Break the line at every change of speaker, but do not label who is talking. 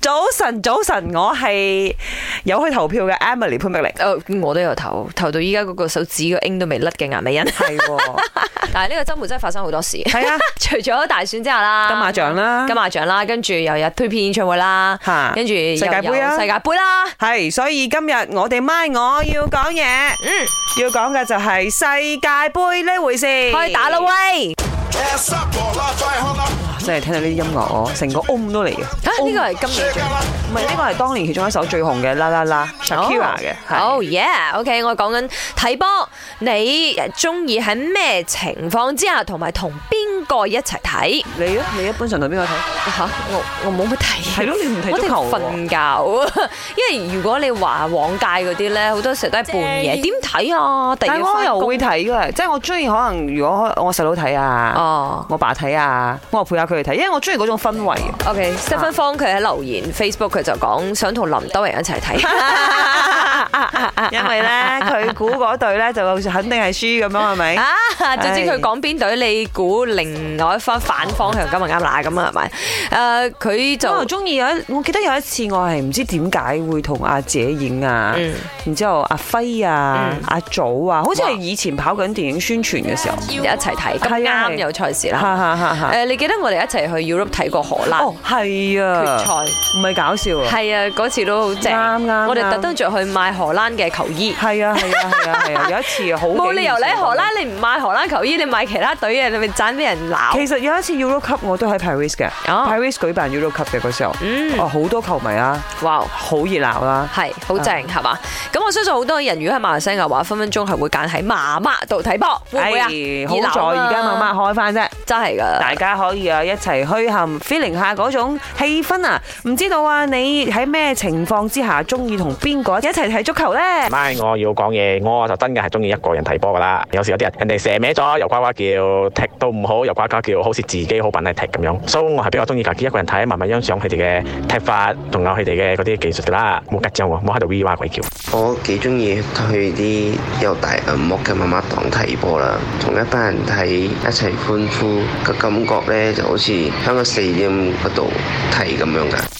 早晨，早晨，我係有去投票嘅 Emily 潘碧玲。
誒哦我都有投，投到依家嗰個手指個 ing 都未甩嘅顏美欣。
係喎，
但係呢個週末真係發生好多事，
係啊，
除咗大選之後啦，
金馬獎啦
金，馬獎啦，跟住又有推片演唱會啦，
嚇
跟住又有
世界盃啊
世界盃啦，
係，所以今日我哋咪我要講嘢，嗯，要講嘅就係世界盃呢回事，
可以打啦喂！
Ass up, ball up, try hung up,
真係聽到呢啲音樂，我成個 om 都嚟嘅。
啊呢個係今年
shake it up.
唔係呢個係當年其中一首最紅嘅啦啦啦 Shakira 嘅，係
哦 yeah，OK，我講緊睇波，你中意喺咩情況之下，同埋同邊個一齊睇？
你咧？你一般上同邊個睇？
吓、我我冇乜睇。
係咯，你唔睇
我
足
哋
球喎
瞓覺， 因為如果你話往屆嗰啲咧，好多時候都係半夜，點睇啊？第二
但
日
係我
翻
又
工
會睇嘅，即係我中意可能如果我細佬睇啊，
哦。
我爸睇啊，我又陪下佢哋睇，因為我中意嗰種氛圍。
OK，Stephen 方佢喺留言 Facebook 佢就講想同林德榮一齊睇，
因為 咧，佢估嗰隊咧就肯定係輸咁樣，係咪？
啊，總之佢講邊隊，你估另外一方反方向咁啊啱啦，咁啊係咪？誒，佢
我又
就
中意有一，我記得有一次我係唔知點解會同阿姐影啊，
嗯
然之後阿輝啊、阿祖啊，好似係以前跑緊電影宣傳嘅時候，
一齊睇，咁
係啊
啱
係
有賽事
哈
啦。
哈哈哈！
誒，你記得我哋一齊去 Europe 睇過荷蘭
哦，係
決
啊，
賽？
唔係搞笑啊！
係啊，嗰次都好正，
啱啱
我哋
啱
特登着去買荷蘭嘅球衣。
係啊係啊係啊係 啊！有一次好
冇
幾啊
理由
年
你喺
前
荷蘭你唔買荷蘭球衣，你買其他隊嘅，你咪盞俾人鬧。
其實有一次 Euro Cup 我都喺 Paris 嘅
哦
，Paris 舉辦 Euro Cup 嘅嗰時候，
嗯
哦好多球迷啊，
哇！
好熱鬧啦。
係好正
啊
係嘛？咁我相信好多人如果喺馬來西亞話，分分鐘係會揀喺媽媽度睇波，會唔會啊？
哎
熱
好
鬧啊
在而家慢慢開翻啫，
真係㗎。
大家可以啊一齊虛冚 feeling 下嗰種氣氛啊！唔知道啊，你喺咩情況之下中意同邊個一齊睇足球呢？
咪我要講嘢，我就真嘅係中意一個人睇波噶啦。有時有啲人人哋射歪咗又呱呱叫，踢到唔好又呱呱叫，好似自己好笨係踢咁樣。所以我係比較中意自己一個人睇，慢慢欣賞佢哋嘅踢法，仲有佢哋嘅嗰啲技術噶啦。冇吉張喎，冇喺度 V 哇鬼叫。
我幾中意去啲有大銀幕嘅媽媽檔睇波啦，同一班人睇一齊歡呼嘅感覺呢，就好似喺個四點嗰度睇咁樣㗎。